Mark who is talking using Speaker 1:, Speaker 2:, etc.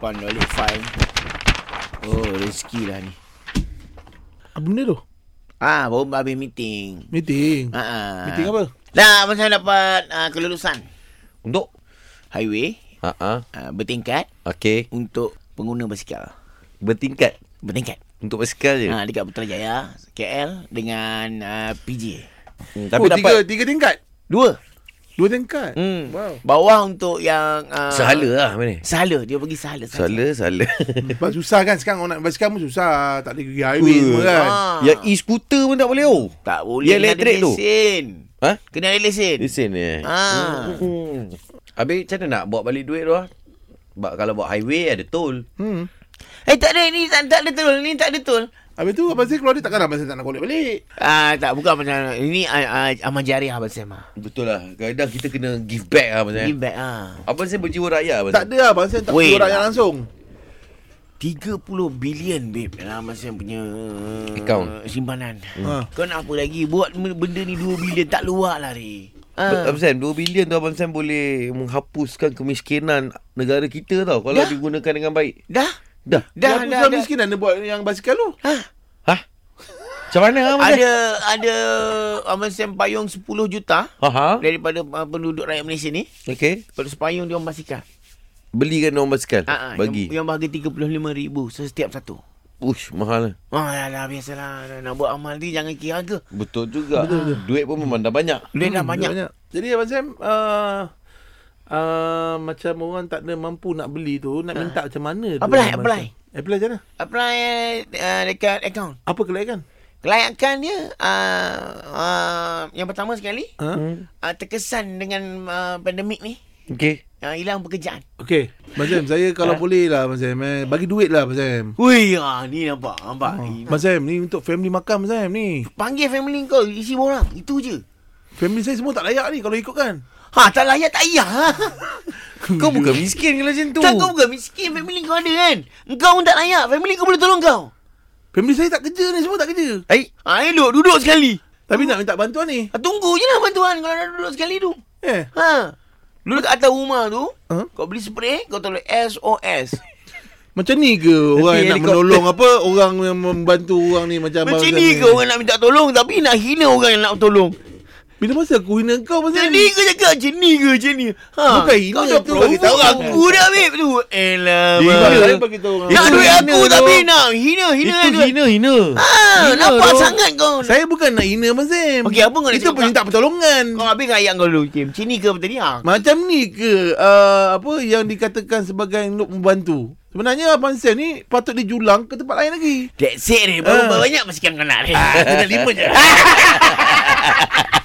Speaker 1: Kawan balik file Oh rezeki lah ni
Speaker 2: Apa benda tu?
Speaker 1: Ah baru habis meeting
Speaker 2: Meeting.
Speaker 1: Ha ah.
Speaker 2: Meeting apa?
Speaker 1: Dah macam dapat ah, kelulusan
Speaker 3: Untuk?
Speaker 1: highway
Speaker 3: Ha ah.
Speaker 1: ah, bertingkat
Speaker 3: Okey.
Speaker 1: untuk pengguna basikal.
Speaker 3: Bertingkat
Speaker 1: Bertingkat.
Speaker 3: untuk basikal je.
Speaker 1: Ah
Speaker 2: Ha,
Speaker 1: dekat Putrajaya, KL dengan ah, PJ.
Speaker 3: Hmm,
Speaker 2: Tapi
Speaker 3: tapi
Speaker 2: oh, tiga,
Speaker 3: dapat
Speaker 2: tiga tingkat.
Speaker 1: Dua.
Speaker 2: Dua tingkat.
Speaker 3: Hmm.
Speaker 2: Wow.
Speaker 1: Bawah untuk yang ah,
Speaker 3: sahala lah
Speaker 2: Ha.
Speaker 3: mana?
Speaker 1: Sahala dia pergi sahala. saja.
Speaker 3: Sahala, sahala.
Speaker 2: Sebab susah kan sekarang orang nak basikal pun susah. Tak ada pergi highway semua kan.
Speaker 1: Ah.
Speaker 3: ha. Yang e-scooter pun tak boleh oh.
Speaker 1: Tak boleh
Speaker 3: Yang
Speaker 1: kena ada
Speaker 3: elektrik tu.
Speaker 1: lesen.
Speaker 3: Ha?
Speaker 1: Kena ada lesen.
Speaker 3: Lesen eh.
Speaker 2: Ha.
Speaker 1: Ah.
Speaker 3: Hmm. Habis macam mana nak bawa balik duit tu lah? Sebab kalau buat highway ada tol.
Speaker 2: Hmm.
Speaker 1: Eh tak ada ni tak, tak ada tol. Ni tak ada tol.
Speaker 2: Habis tu abang Zee keluar dia takkan abang Zee tak nak collect balik.
Speaker 1: Ah tak bukan macam ini ah, ah, amal jariah abang Sema.
Speaker 3: Betul lah. Kadang kita kena give back lah Abang
Speaker 1: Give
Speaker 3: Sam.
Speaker 1: back ah.
Speaker 3: Abang Sam berjiwa raya Abang
Speaker 2: Tak
Speaker 3: Sam.
Speaker 2: ada abang Zee tak
Speaker 1: Weh
Speaker 2: keluar
Speaker 1: lah.
Speaker 2: yang langsung.
Speaker 1: 30 bilion babe dalam masa punya uh,
Speaker 3: Account. Hmm.
Speaker 1: simpanan.
Speaker 2: Ha.
Speaker 1: Kau nak apa lagi? Buat m- benda ni 2 bilion tak luar lah ni.
Speaker 3: Be- eh,
Speaker 1: Ha.
Speaker 3: Abang Sam, 2 bilion tu Abang Sam boleh menghapuskan kemiskinan negara kita tau. Kalau
Speaker 1: Dah.
Speaker 3: digunakan dengan baik.
Speaker 1: Dah.
Speaker 3: Dah.
Speaker 2: Dah,
Speaker 1: Dah
Speaker 2: dah,
Speaker 1: dah. dah.
Speaker 2: miskin dah. dia buat yang basikal tu.
Speaker 1: Ha.
Speaker 3: Ha? Macam mana lah Abang Sam?
Speaker 1: Ada ada Abang Sam payung 10 juta
Speaker 3: Ha ha.
Speaker 1: daripada uh, penduduk rakyat Malaysia ni.
Speaker 3: Okey.
Speaker 1: Pada sepayung dia orang basikal.
Speaker 3: Belikan orang basikal.
Speaker 1: Ha, ha,
Speaker 3: Bagi.
Speaker 1: Yang, yang bagi RM35,000 setiap satu.
Speaker 3: Ush, mahal lah.
Speaker 1: Ah, lah, biasalah. Nak buat amal ni jangan kira harga.
Speaker 3: Betul juga. Duit pun memang dah banyak.
Speaker 1: Duit dah
Speaker 2: Hmm,
Speaker 1: banyak.
Speaker 2: Jadi Abang Sam, uh, uh, macam orang tak ada mampu nak beli tu, nak minta macam mana tu?
Speaker 1: Apply,
Speaker 2: Abang
Speaker 1: apply.
Speaker 2: Sam? Apply macam mana?
Speaker 1: Apply uh, dekat account.
Speaker 2: Apa kelayakan?
Speaker 1: Kelayakan dia uh, uh, yang pertama sekali
Speaker 2: Ha?
Speaker 1: uh, terkesan dengan uh, pandemik ni
Speaker 3: Okey.
Speaker 1: uh, hilang pekerjaan.
Speaker 2: Okey. Abang Sam, saya kalau boleh lah Abang Sam. Eh. Bagi duit lah Abang Sam.
Speaker 1: Hui, ah, ni nampak, nampak. Ini.
Speaker 2: Abang Sam, ni untuk family makan Abang Sam ni.
Speaker 1: Hmm. Panggil family kau isi borang, itu je.
Speaker 2: Family saya semua tak layak ni kalau ikutkan.
Speaker 1: Ha, tak layak tak payah. ha.
Speaker 3: Kau bukan miskin kalau macam tu.
Speaker 1: Tak kau bukan miskin family kau ada kan. Kau pun tak layak, family kau boleh tolong kau.
Speaker 2: Family saya tak kerja ni, semua tak kerja.
Speaker 3: Hai.
Speaker 1: Ha, elok duduk sekali.
Speaker 2: Tapi nak minta bantuan ni.
Speaker 1: Ha, tunggu je lah bantuan kalau nak duduk sekali tu.
Speaker 2: Eh.
Speaker 1: Ha. Duduk kat atas rumah tu,
Speaker 2: Ha?
Speaker 1: kau beli spray, kau tulis SOS.
Speaker 2: Macam ni ke orang yang nak
Speaker 3: helikopter.
Speaker 2: menolong apa orang yang membantu orang ni macam
Speaker 1: Macam
Speaker 2: Abang Sam
Speaker 1: ni ke orang nak minta tolong tapi nak hina orang yang nak tolong.
Speaker 2: Bila masa aku hina kau pasal
Speaker 1: Macam ni ke cakap Macam ni ke Macam ni ha,
Speaker 2: Bukan hina
Speaker 1: Kau dah
Speaker 2: tu, bagi
Speaker 1: provoke
Speaker 2: tahu
Speaker 1: orang
Speaker 2: aku.
Speaker 1: Aku dah babe tu
Speaker 2: Dia
Speaker 1: Alamak
Speaker 2: hina, saya bagi tahu orang.
Speaker 1: Nak
Speaker 3: Itu
Speaker 1: duit
Speaker 3: hina
Speaker 1: aku
Speaker 3: tu.
Speaker 1: Tapi nak Hina Hina
Speaker 3: Itu hina hina.
Speaker 1: ha, Nampak
Speaker 3: tu.
Speaker 1: sangat kau
Speaker 2: Saya bukan nak hina Abang Sam.
Speaker 1: Okey, apa kau nak
Speaker 2: Itu
Speaker 1: cakap?
Speaker 2: pun minta pertolongan.
Speaker 1: Kau habis rakyat kau dulu Kim Macam ni ke betul ni ha.
Speaker 2: Macam ni ke uh, apa yang dikatakan sebagai nuk membantu? Sebenarnya Abang Sam ni patut dijulang ke tempat lain lagi.
Speaker 1: That's it ni Berapa kan
Speaker 2: Ah.
Speaker 1: banyak mesti kau nak ni Kita lima je